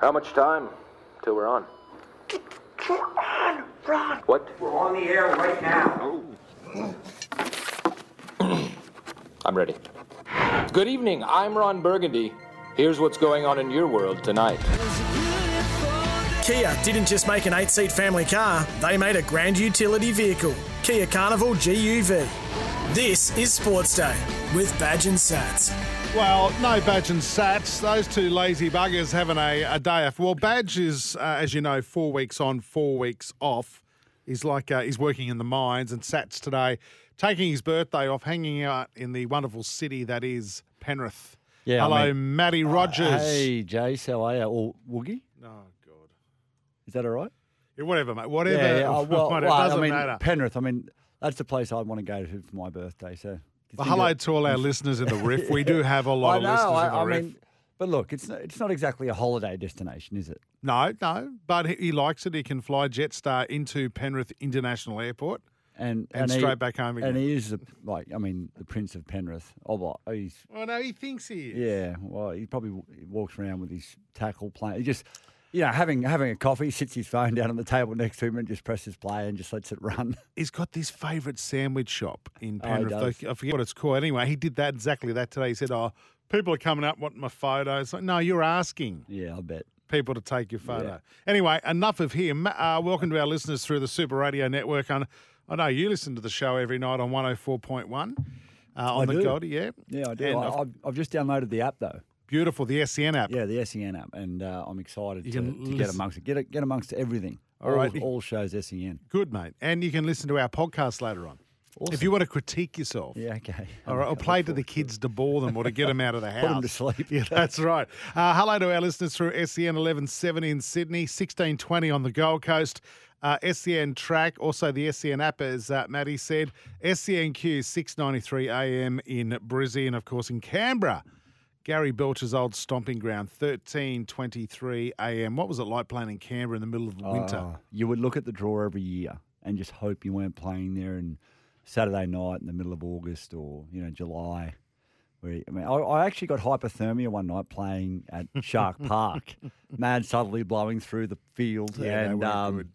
How much time till we're on? We're on, Ron. What? We're on the air right now. I'm ready. Good evening. I'm Ron Burgundy. Here's what's going on in your world tonight. Kia didn't just make an eight seat family car, they made a grand utility vehicle, Kia Carnival GUV. This is Sports Day with Badge and Sats. Well, no Badge and Sats. Those two lazy buggers having a, a day off. Well, Badge is, uh, as you know, four weeks on, four weeks off. He's like uh, he's working in the mines, and Sats today taking his birthday off, hanging out in the wonderful city that is Penrith. Yeah, I Hello, mean- uh, Matty Rogers. Hey, Jace, how are you? Or Woogie? Oh God. Is that all right? Yeah, whatever, mate. Whatever. oh, whatever. well, it doesn't I mean, matter. Penrith, I mean, that's the place I want to go to for my birthday. So, Well, hello to all our listeners in the riff. We do have a lot I of know, listeners I, in the I riff. mean, but look, it's not, it's not exactly a holiday destination, is it? no, no, but he, he likes it. He can fly Jetstar into Penrith International Airport. And And he- straight back home again. And he is the, like, I mean, the Prince of Penrith. Oh, well, he's Well, no, he thinks he is. yeah. Well, he probably w- he walks around with his tackle playing. He just. You know, having having a coffee, sits his phone down on the table next to him and just presses play and just lets it run. He's got this favourite sandwich shop in Oh, he Penrith. does. though. I forget what it's called. Anyway, he did that exactly that today. He said, "Oh, people are coming up wanting my photo." It's like, no, you're asking Yeah, I bet. people to take your photo. Anyway, enough of him. Uh, welcome to our listeners through the Super Radio Network. On I know you listen to the show every night on 104.1 uh, on the do. Goldie, yeah, Yeah, I do. And I, I've- I've, I've just downloaded the app though. beautiful the SCN app. Yeah, the SEN app, and uh, I'm excited You to, can to get listen- amongst it. Get it, get amongst everything. All right. all, all shows E SEN. Good mate, and you can listen to our podcast later on if you want to critique yourself. Yeah, okay. All right, or play to the kids to bore them or to get them out of the house. 'em to sleep. Yeah, that's right. Uh, hello to our listeners through E SEN 1170 in Sydney, 1620 on the Gold Coast, uh, SEN track, also the SEN app, as uh, Maddie said, E SENQ 693 AM in Brisbane, and of course in Canberra. Gary Belcher's old stomping ground, 1323 AM. What was it like playing in Canberra in the middle of the winter? Oh, you would look at the draw every year and just hope you weren't playing there on Saturday night in the middle of August or you know July. Where you- I mean, I, I actually got hypothermia one night playing at Shark Park. Mad southerly blowing through the field, Yeah, they and weren't um, good.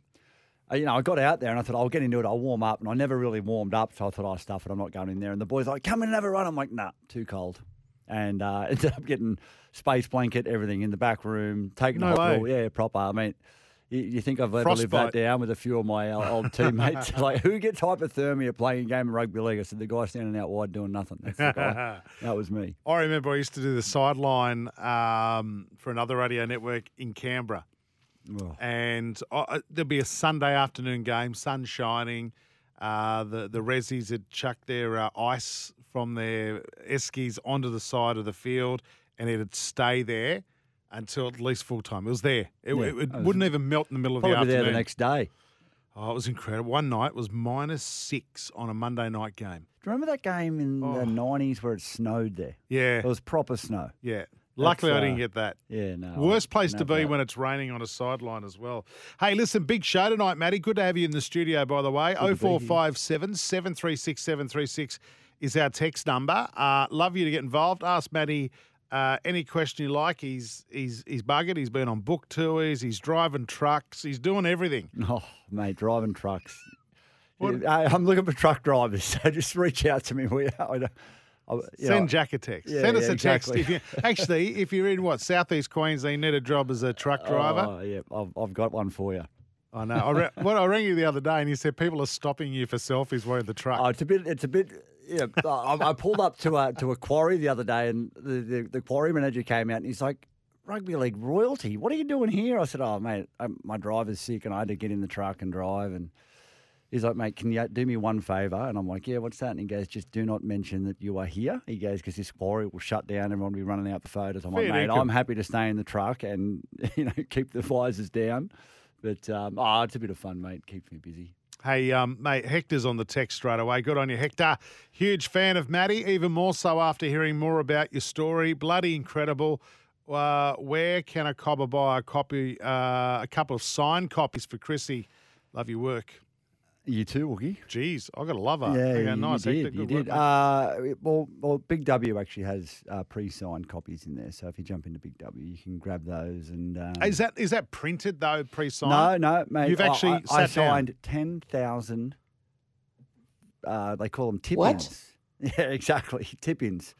uh, you know, I got out there and I thought I'll get into it. I'll warm up, and I never really warmed up, so I thought I'll stuff it. I'm not going in there. And the boys like, come in and have a run. I'm like, nah, too cold. And uh, ended up getting space blanket, everything in the back room, taking No a hot way. roll. Yeah, proper. I mean, you, you think I've ever lived Frostbite. that down with a few of my old, old teammates? like, who gets hypothermia playing a game of rugby league? I said, the guy standing out wide doing nothing. That's the guy. that was me. I remember I used to do the sideline um, for another radio network in Canberra, Oh. and I, I- there'd be a Sunday afternoon game, sun shining. Uh, the the resis had chucked their uh, ice from their eskies onto the side of the field, and it'd stay there until at least full time. It was there. It, Yeah. it, Oh, it's- wouldn't even melt in the middle of the Probably afternoon. there the next day. oh, it was incredible. One night was minus six on a Monday night game. Do you remember that game in Oh. the 90s where it snowed there? Yeah, It was proper snow. yeah. Luckily, I uh, didn't get that. Yeah, no. Worst place no to be doubt. when it's raining on a sideline as well. Hey, listen, big show tonight, Matty. Good to have you in the studio, by the way. here. 0457 736 736 is our text number. Uh, love you to get involved. Ask Matty uh, any question you like. He's he's he's buggered. He's been on book tours. He's driving trucks. He's doing everything. Oh, mate, driving trucks. What- I, I'm looking for truck drivers, so just reach out to me. We, I, don't- I, you know, Send Jack a text. Yeah, Send us yeah, a text. exactly. If you, actually, if you're in what Southeast Queensland, you need a job as a truck driver. Oh, yeah, I've, I've got one for you. I know. I re- what I rang you the other day, and you said people are stopping you for selfies wearing the truck. Oh, it's a bit. It's a bit. Yeah, I, I pulled up to a to a quarry the other day, and the, the, the quarry manager came out, and he's like, "Rugby league royalty, what are you doing here?" I said, "Oh, mate, um my driver's sick, and I had to get in the truck and drive." And He's like, mate, can you do me one favour? And I'm like, yeah, what's that? And he goes, just do not mention that you are here. He goes, because this quarry will shut down. Everyone will be running out the photos. I'm Fair like, mate, dinkum. I'm happy to stay in the truck and, you know, keep the visors down. But, um, oh, it's a bit of fun, mate. Keeps me busy. Hey, um, mate, Hector's on the text straight away. Good on you, Hector. Huge fan of Maddie, even more so after hearing more about your story. Bloody incredible. Uh, where can a cobber buy a copy, uh, a couple of signed copies for Chrissy? Love your work. You too, Wookie. Jeez, I got to love her. Yeah, Okay, you, nice, you Hector. did. You Good work, did. mate. Uh, well, well, Big W actually has uh, pre-signed copies in there. So if you jump into Big W, you can grab those. And um, is that is that printed though, pre-signed? no, no, mate. You've I- actually I, I, sat down. signed ten thousand. Uh, they call them tip-ins. What? Yeah, exactly, tip-ins.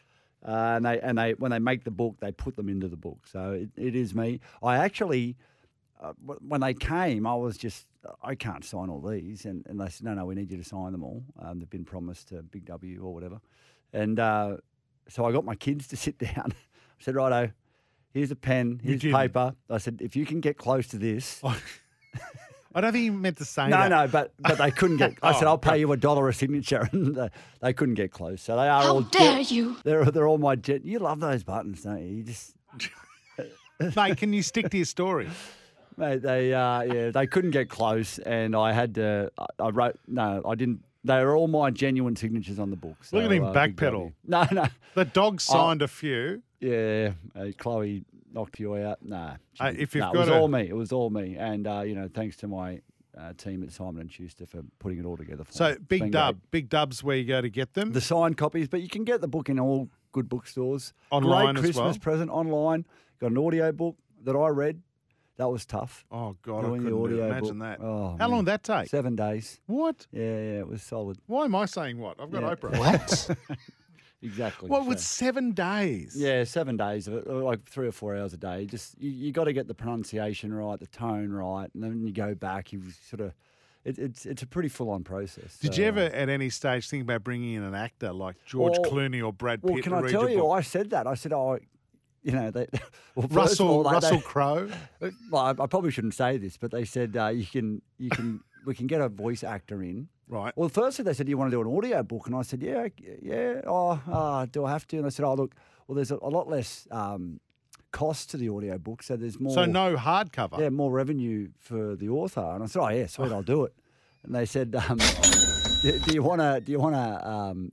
Uh, and they and they when they make the book, they put them into the book. So it, it is me. I actually uh, wh- when they came, I was just, uh, I can't sign all these. And, and they said, no, no, we need you to sign them all. Um, they've been promised to Big W or whatever. And uh, so I got my kids to sit down. I said, righto, here's a pen, here's didn't. paper. I said, if you can get close to this. I don't think you meant to say No, that. no, but but they couldn't get. I said, Oh, "I'll pay you a dollar a signature," and they, they couldn't get close. So they are How all. dare you. They're they're all my. Gen- you love those buttons, don't you? You just mate. Can you stick to your story? Mate, they uh, yeah, they couldn't get close, and I had to. I, I wrote no, I didn't. They are all my genuine signatures on the book. Look at so, him uh, big backpedal. W. No, no, The dog signed a few. yeah, uh, Chloe knocked you out. Nah, she Uh, didn't. if you've No, it got was a- all me. It was all me, and uh, you know, thanks to my uh, team at Simon and Schuster for putting it all together. For me. So It's big been great. dub, big dubs where you go to get them. the signed copies, but you can get the book in all good bookstores. Online Great as Christmas well. present online. Got an audio book that I read. That was tough. oh god, I couldn't Doing the do it. audio imagine that. book. Oh, How long man. did that take? Seven days. What? Yeah, yeah, it was solid. Why am I saying what? I've got Yeah. Oprah. What? Exactly. What with so- seven days? yeah, seven days of it, or like three or four hours a day. Just you, you got to get the pronunciation right, the tone right, and then you go back. You sort of, it, it's it's a pretty full on process. Did so, you uh, ever, at any stage, think about bringing in an actor like George Well- Clooney or Brad Pitt? Well, can to I read tell your you? book? I said that. I said, oh, you know, they, well, first of Russell all, they- they- Russell Crowe. well, I, I probably shouldn't say this, but they said uh, you can you can we can get a voice actor in. Right. Well, firstly they said, "Do you want to do an audio book?" And I said, "Yeah, yeah. Oh, uh, do I have to?" And I said, "Oh, look. Well, there's a, a lot less um, cost to the audio book, so there's more. So no hardcover. yeah, more revenue for the author." And I said, "Oh, yeah, sweet, I'll do it." And they said, um, do, "Do you want to? Do you want to?" Um,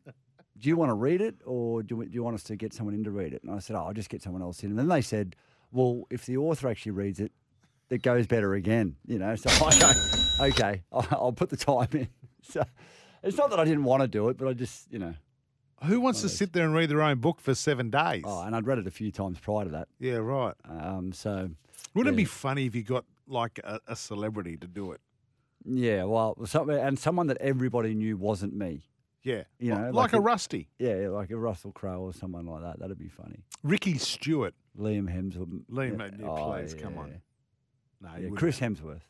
do you want to read it or do, we, do you want us to get someone in to read it? And I said, oh, I'll just get someone else in. And then they said, well, if the author actually reads it, it goes better again, you know? So I go, okay, I'll, I'll put the time in. So it's not that I didn't want to do it, but I just, you know, Who wants to sit there and read their own book for seven days? oh, and I'd read it a few times prior to that. yeah, right. Um, so Wouldn't it be Yeah. funny if you got like a, a celebrity to do it? yeah, well, some, and someone that everybody knew wasn't me. Yeah. You Li- know, like, like a, a- Rusty, Yeah, like a Russell Crowe or someone like that. That'd be funny. Ricky Stewart. Liam Hemsworth. Liam, yeah, please, come on. No, you Oh, Yeah, wouldn't. Chris Hemsworth.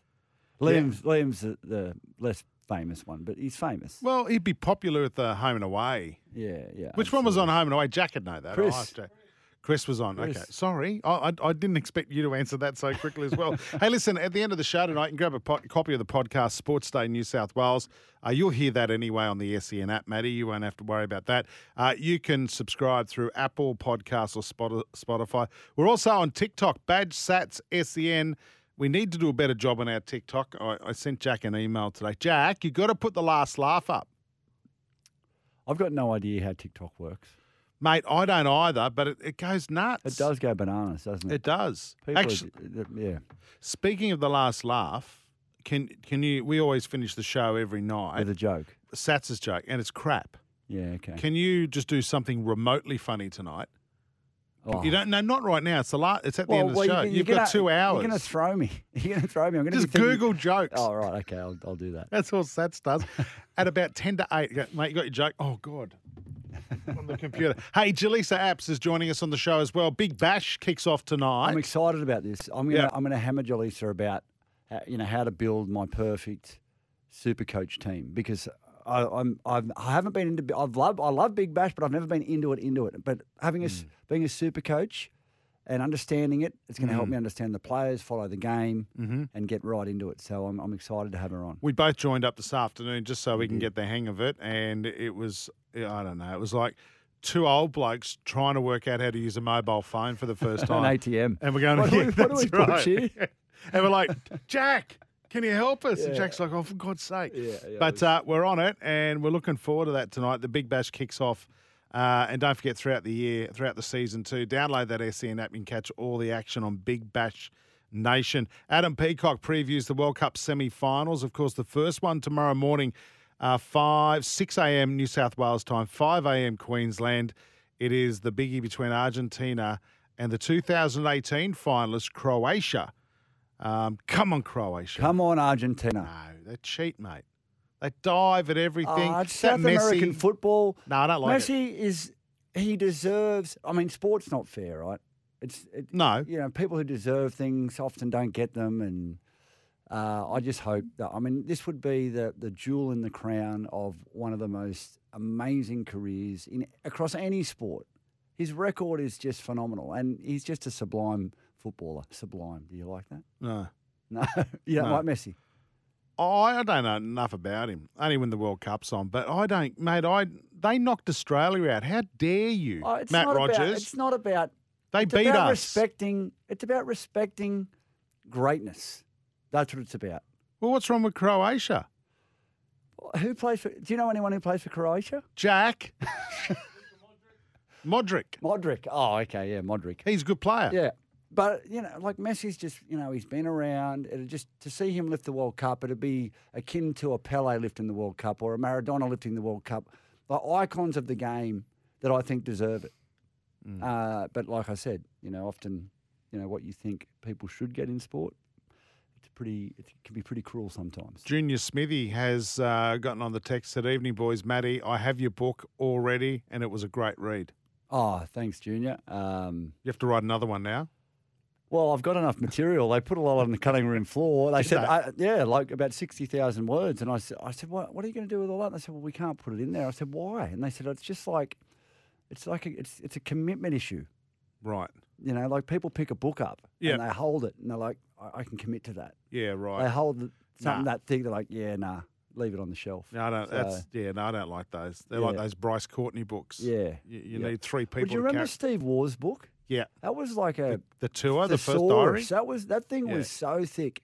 Liam's Liam's the, the less famous one, but he's famous. Well, he'd be popular at the Home and Away. yeah, yeah. Which one was on Home and Away? Jack would know that. Chris. I'll ask Jack. Chris was on. Okay, Chris. sorry, I, I, I didn't expect you to answer that so quickly as well. hey, listen, at the end of the show tonight, you can grab a po- copy of the podcast Sports Day New South Wales. Uh, you'll hear that anyway on the SEN app, Matty. You won't have to worry about that. Uh, you can subscribe through Apple Podcasts or Spot- Spotify. We're also on TikTok, Badge Sats SEN. We need to do a better job on our TikTok. I, I sent Jack an email today. Jack, you got to put the last laugh up. I've got no idea how TikTok works. Mate, I don't either, but it, it goes nuts. It does go bananas, doesn't it? It does. People are Actually, d- d- yeah, speaking of the last laugh, can can you? We always finish the show every night. with a joke. Sats's joke, and it's crap. Yeah, okay. Can you just do something remotely funny tonight? Oh. You don't. No, not right now. It's the last. It's at the end of the well, show. can- You've got gonna- two hours. You're going to throw me. You're going to throw me. I'm going to just Google jokes. Oh right, okay, I'll, I'll do that. That's all Sats does. At about 10 to 8, go, mate, you got your joke? Oh, God. on the computer. Hey, Jaleesa Apps is joining us on the show as well. Big Bash kicks off tonight. I'm excited about this. I'm gonna Yeah. I'm gonna hammer Jaleesa about uh, you know how to build my perfect super coach team because I, I'm I've, I haven't been into Mm. I've loved I love Big Bash but I've never been into it into it. But having a s- being a super coach and understanding it. It's going to Mm. help me understand the players, follow the game, Mm-hmm. and get right into it. So I'm, I'm excited to have her on. We both joined up this afternoon just so we Mm-hmm. can get the hang of it, and it was I don't know, it was like two old blokes trying to work out how to use a mobile phone for the first time. ATM. And we're going, What do yeah, we- what do we that's put right." here? and we're like, Jack, can you help us? And Jack's like, oh, for God's sake. yeah, but uh, we're on it, and we're looking forward to that tonight. The Big Bash kicks off. Uh, and don't forget, throughout the year, throughout the season too, download that SEN app and catch all the action on Big Bash Nation. Adam Peacock previews the World Cup semi-finals. Of course, the first one tomorrow morning, uh, five six a.m. New South Wales time, five a.m. Queensland. It is the biggie between Argentina and the 2018 finalist Croatia. Um, come on, Croatia! Come on, Argentina. No, they cheat, mate. They dive at everything. Ah, it's That South American Messi- football. No, I don't like it. Messi is he deserves. I mean, sport's not fair, right? It's it, No. You know, people who deserve things often don't get them, and uh, I just hope that. I mean, this would be the the jewel in the crown of one of the most amazing careers in across any sport. His record is just phenomenal, and he's just a sublime footballer. Sublime. Do you like that? No. No, you don't No. like Messi. I I don't know enough about him. Only when the World Cup's on, but I don't, mate. I they knocked Australia out. How dare you, Oh, it's Matt not Rogers? About, it's not about. They it's beat us. about Respecting. It's about respecting greatness. That's what it's about. well, what's wrong with Croatia, Who plays for? Do you know anyone who plays for Croatia? Jack? Modric, Modric. Oh, okay, yeah, Modric. he's a good player. Yeah, but you know, like Messi's just you know he's been around. It just to see him lift the World Cup, it'd be akin to a Pele lifting the World Cup or a Maradona lifting the World Cup. The icons of the game that I think deserve it. Uh, but like I said, you know, often you know what you think people should get in sport. It's pretty. It can be pretty cruel sometimes. Junior Smithy has uh, gotten on the text. Said, "Evening, boys. Maddie, I have your book already, and it was a great read. Oh, thanks, Junior. Um, You have to write another one now." Well, I've got enough material. They put a lot on the cutting room floor. They said, they? I, yeah, like about 60,000 words. And I said, I said what, what are you going to do with all that? And they said, well, we can't put it in there. I said, why? And they said, it's just like, it's like, a, it's, it's a commitment issue. Right. You know, like people pick a book up Yeah. and they hold it and they're like, I, I can commit to that. Yeah. Right. They hold the- something Nah. that thick. They're like, yeah, nah, leave it on the shelf. No, I don't. So, that's yeah. No, I don't like those. They're like Yeah. those Bryce Courtney books. Yeah, you, you yeah. need three people. Would you to remember uh, carry- Steve Waugh's book? yeah, That was like a the tour, the first diary. thesaurus. That was that thing Yeah. was so thick.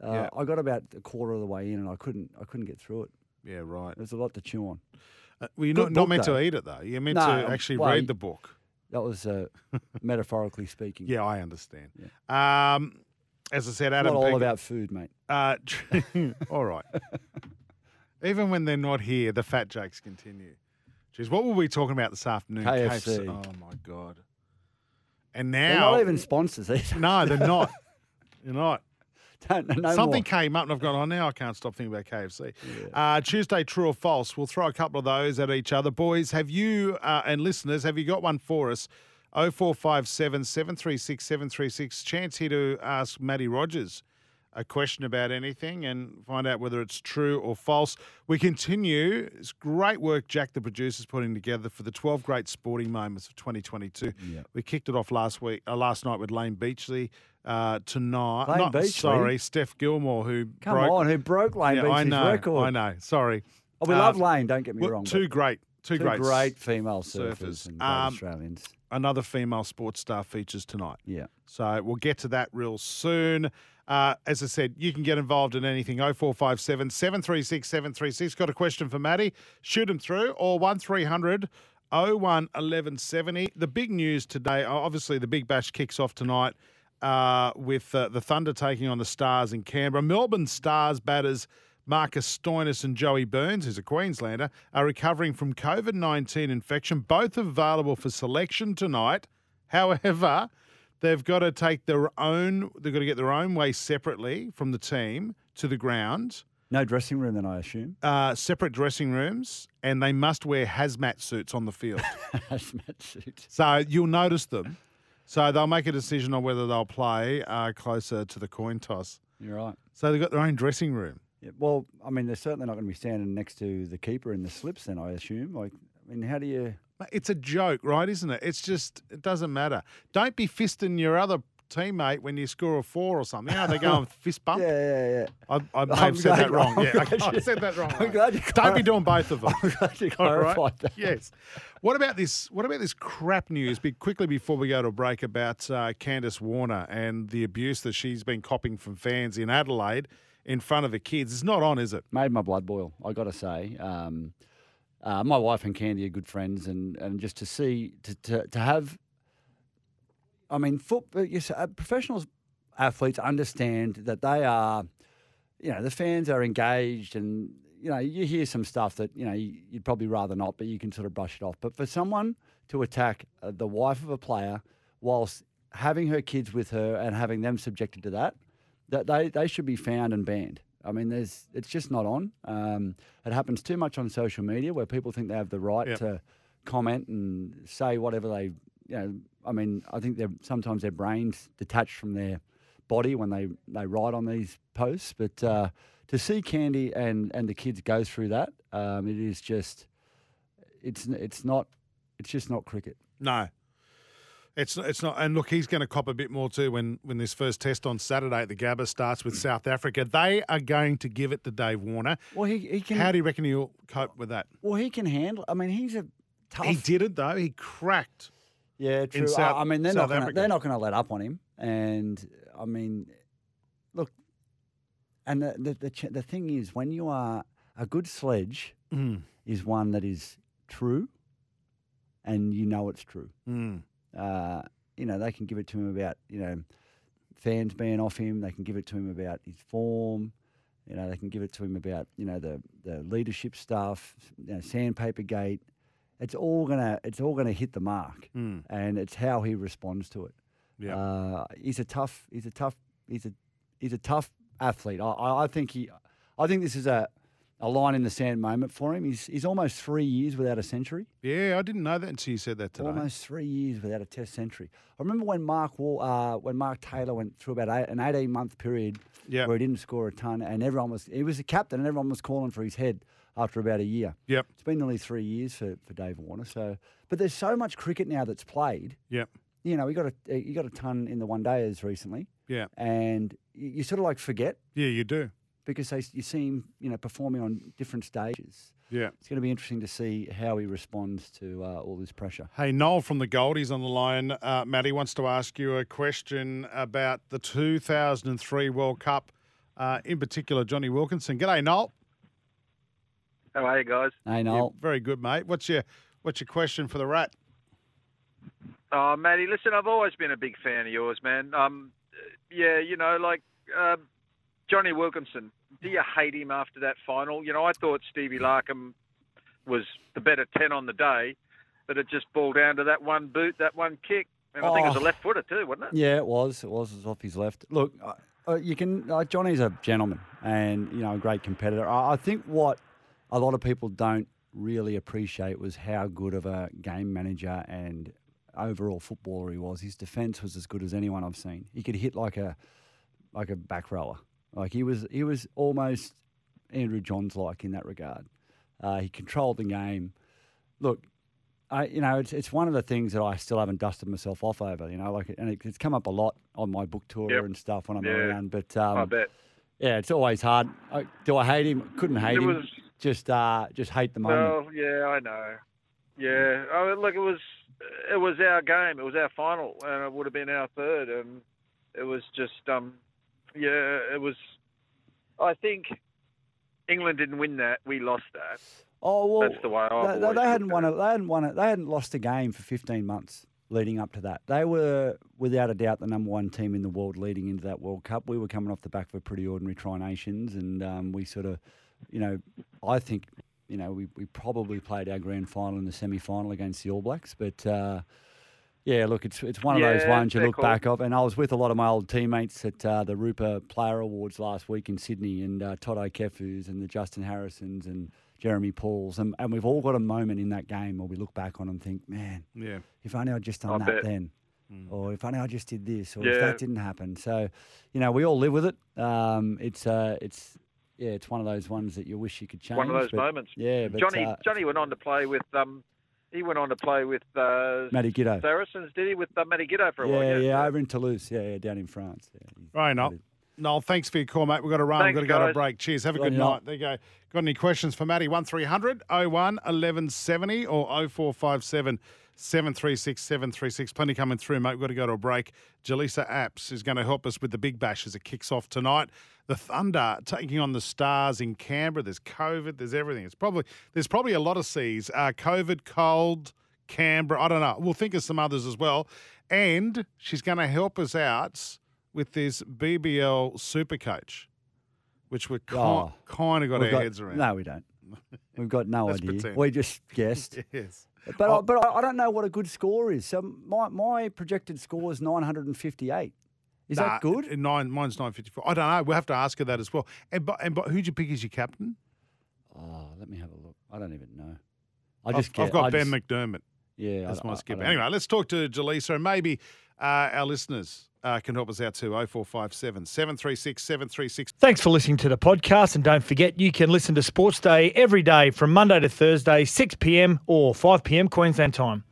Uh, Yeah. I got about a quarter of the way in, and I couldn't. I couldn't get through it. Yeah, right. There's a lot to chew on. Uh, well, you're good not, not book, meant though. to eat it though. You're meant No, to actually well, read you- the book. That was uh, metaphorically speaking. Yeah, I understand. Um, as I said, It's not Adam. all Peacock- about food, mate. Uh, tr- all right. Even when they're not here, the fat jokes continue. Jeez, what were we talking about this afternoon? KFC. Oh my god. And They're now, not even sponsors. Either. no, they're not. You're not. Don't- no more. Something came up and I've gone, oh, now I can't stop thinking about KFC. Uh, Tuesday, true or false. We'll throw a couple of those at each other. Boys, have you uh, and listeners, have you got one for us? 0457 736 736. Chance here to ask Matty Rogers a question about anything and find out whether it's true or false. We continue. It's great work Jack, the producer's putting together for the 12 great sporting moments of 2022. We kicked it off last week, uh, last night with Lane Beachley. Uh, tonight, Lane not Beachley? sorry, Steph Gilmore, who Come broke, on, who broke Lane yeah, Beachley's I know, record? I know. Sorry, Oh, we Uh, love Lane. Don't get me well, wrong. Two but great, two, two great, s- great female surfers, surfers. and great Um, Australians. Another female sports star features tonight. Yeah. So we'll get to that real soon. Uh, as I said, you can get involved in anything 0457 736 736. Got a question for Maddie? Shoot him through or 1300 01 1170. The big news today uh, obviously, the Big Bash kicks off tonight uh, with uh, the Thunder taking on the Stars in Canberra. Melbourne Stars batters Marcus Stoinis and Joey Burns, who's a Queenslander, are recovering from COVID 19 infection, both available for selection tonight. However, They've got to take their own. They've got to get their own way separately from the team to the ground, No dressing room, then I assume. uh, separate dressing rooms, and they must wear hazmat suits on the field. Hazmat suit. so you'll notice them. So they'll make a decision on whether they'll play uh, closer to the coin toss. You're right. So they've got their own dressing room. Yeah, well, I mean, they're certainly not going to be standing next to the keeper in the slips. Then I assume. Like, I mean, how do you? Mate, It's a joke, right? Isn't it? It's just it doesn't matter. Don't be fisting your other teammate when you score a four or something. How they go and fist bump? Yeah, yeah, yeah. I, I may I'm have said glad that you- wrong. I'm Yeah, glad I, I you- said that wrong. I'm glad you Don't be clar- doing both of them. I'm glad you All right? clarified that. Yes. What about this? What about this crap news? Be quickly before we go to a break about uh, Candace Warner and the abuse that she's been copying from fans in Adelaide in front of the kids. It's not on, is it? made my blood boil. I got to say, um, uh, my wife and Candy are good friends, and, and just to see to, to, to have, I mean, football. Yes, uh, professionals, athletes understand that they are, you know, the fans are engaged, and you know, you hear some stuff that you know you, you'd probably rather not, but you can sort of brush it off. But for someone to attack uh, the wife of a player whilst having her kids with her and having them subjected to that, that they, they should be found and banned. I mean, there's it's just not on. Um, it happens too much on social media where people think they have the right Yep. to comment and say whatever they, you know. I mean, I think they're sometimes their brains detached from their body when they they write on these posts. But uh, to see Candy and and the kids go through that, um, it is just it's it's not it's just not cricket. No. It's it's not. And look, he's going to cop a bit more too when when this first test on Saturday at the Gabba starts with South Africa. They are going to give it to Dave Warner. Well, he, he can. How do you reckon he'll cope with that? well, he can handle. I mean, he's a tough. He did it though. He cracked. Yeah, true. I- South- I mean, they're South not gonna, Africa. they're not going to let up on him, and I mean, look, and the the the, ch- the thing is, when you are a good sledge, Mm. is one that is true, and you know it's true. Mm. Uh, you know, they can give it to him about you know fans being off him. They can give it to him about his form. You know, they can give it to him about you know the the leadership stuff, you know, sandpaper gate. It's all gonna it's all gonna hit the mark, and it's how he responds to it. Hmm. Yeah. uh, he's a tough he's a tough he's a he's a tough athlete. I, I I think he I think this is a a line in the sand moment for him. He's he's almost three years without a century. Yeah, I didn't know that until you said that today. Almost three years without a Test century. I remember when Mark Wall, uh, when Mark Taylor went through about eight, an eighteen month period Yeah. where he didn't score a ton, and everyone was he was the captain, and everyone was calling for his head after about a year. Yep. It's been nearly three years for, for Dave Warner. So, but there's so much cricket now that's played. Yep. You know, he got a he got a ton in the one days recently, Yeah. and you, you sort of like forget Yeah, you do. because they, you see him, you know, performing on different stages. Yeah. It's going to be interesting to see how he responds to uh, all this pressure. Hey, Noel from the Goldies on the line. Uh, Matty wants to ask you a question about the 2003 World Cup, uh, in particular Johnny Wilkinson. G'day, Noel. How are you guys? Hey, Noel. Very good, mate. What's your What's your question for the rat? Oh, Matty, listen, I've always been a big fan of yours, man. Um, yeah, you know, like uh, Johnny Wilkinson. Do you hate him after that final? You know, I thought Stevie Larkham was the better ten on the day, but it just boiled down to that one boot, that one kick, and I think it was Oh. a left footer too, wasn't it? Yeah, it was. It was. It was off his left. Look, uh, uh, you can. Uh, Johnny's a gentleman and you know a great competitor. I, I think what a lot of people don't really appreciate was how good of a game manager and overall footballer he was. His defence was as good as anyone I've seen. He could hit like a like a back rower. Like he was. He was almost Andrew Johns like in that regard. Uh, he controlled the game. Look, I, you know, it's, it's one of the things that I still haven't dusted myself off over, you know, like, and it, it's come up a lot on my book tour Yep. and stuff when I'm Yeah. around, but, um, I bet. yeah, it's always hard. I, do I hate him? Couldn't hate It him. was- just, uh, just hate the moment. Well, yeah, I know. Yeah, I mean, look, it was it was our game, it was our final, and it would have been our third, and it was just, um, yeah, it was. I think England didn't win that; we lost that. Oh well, That's the way I've they- They, always they hadn't looked won. at A, they hadn't won. A, they hadn't lost a game for 15 months leading up to that. They were without a doubt the number one team in the world leading into that World Cup. We were coming off the back of a pretty ordinary Tri Nations, and um, we sort of, you know, I think, you know, we, we probably played our grand final in the semi final against the All Blacks, but. Uh, yeah, look, it's it's one of those Yeah, ones you fair look call. back of, and I was with a lot of my old teammates at uh, the Rupa Player Awards last week in Sydney, and uh, Todd O'Kefus and the Justin Harrisons and Jeremy Pauls, and, and we've all got a moment in that game where we look back on and think, man, Yeah. if only I'd just done I that bet. then, or if only I just did this, or if Yeah. that didn't happen. So, you know, we all live with it. Um, it's uh, it's yeah, it's one of those ones that you wish you could change. One of those but- moments. Yeah, but Johnny uh, Johnny went on to play with um, He went on to play with uh, Matty Giddo. Saracens, did he? With uh, Matty Giddo for a while. Yeah, yeah, over in Toulouse. Yeah, yeah, down in France. Yeah. Right, Noel. Noel, thanks for your call, mate. We've got to run. Thanks, We've got to go to a guys. break. Cheers. Have a Right, good Noel. night. There you go. Got any questions for Matty? 1300 01 1170 or 0457 736 736. Plenty coming through, mate. We've got to go to a break. Jaleesa Apps is going to help us with the Big Bash as it kicks off tonight. The Thunder taking on the Stars in Canberra. There's COVID. There's everything. It's probably There's probably a lot of C's. Uh, COVID, cold, Canberra. I don't know. We'll think of some others as well. And she's going to help us out with this BBL Super Coach, which we ki Oh. kind of got We've our got- heads around. No, we don't. We've got no Let's idea. pretend. Oh. We just guessed. Yes. But I, but I, I don't know what a good score is. So my my projected score is 958. Is Nah, that good? Nine, mine's 954. I don't know. We'll have to ask her that as well. And, but, and but who'd you pick as your captain? Oh, let me have a look. I don't even know. I just I've, guess- I've got I Ben just- McDermott. Yeah, I- That's I- I my skipper. don't- Anyway, let's talk to Jaleesa and maybe uh, our listeners uh, can help us out too. 0457 736 736. Thanks for listening to the podcast. And don't forget, you can listen to Sports Day every day from Monday to Thursday, 6 p.m. or 5 p.m. Queensland time.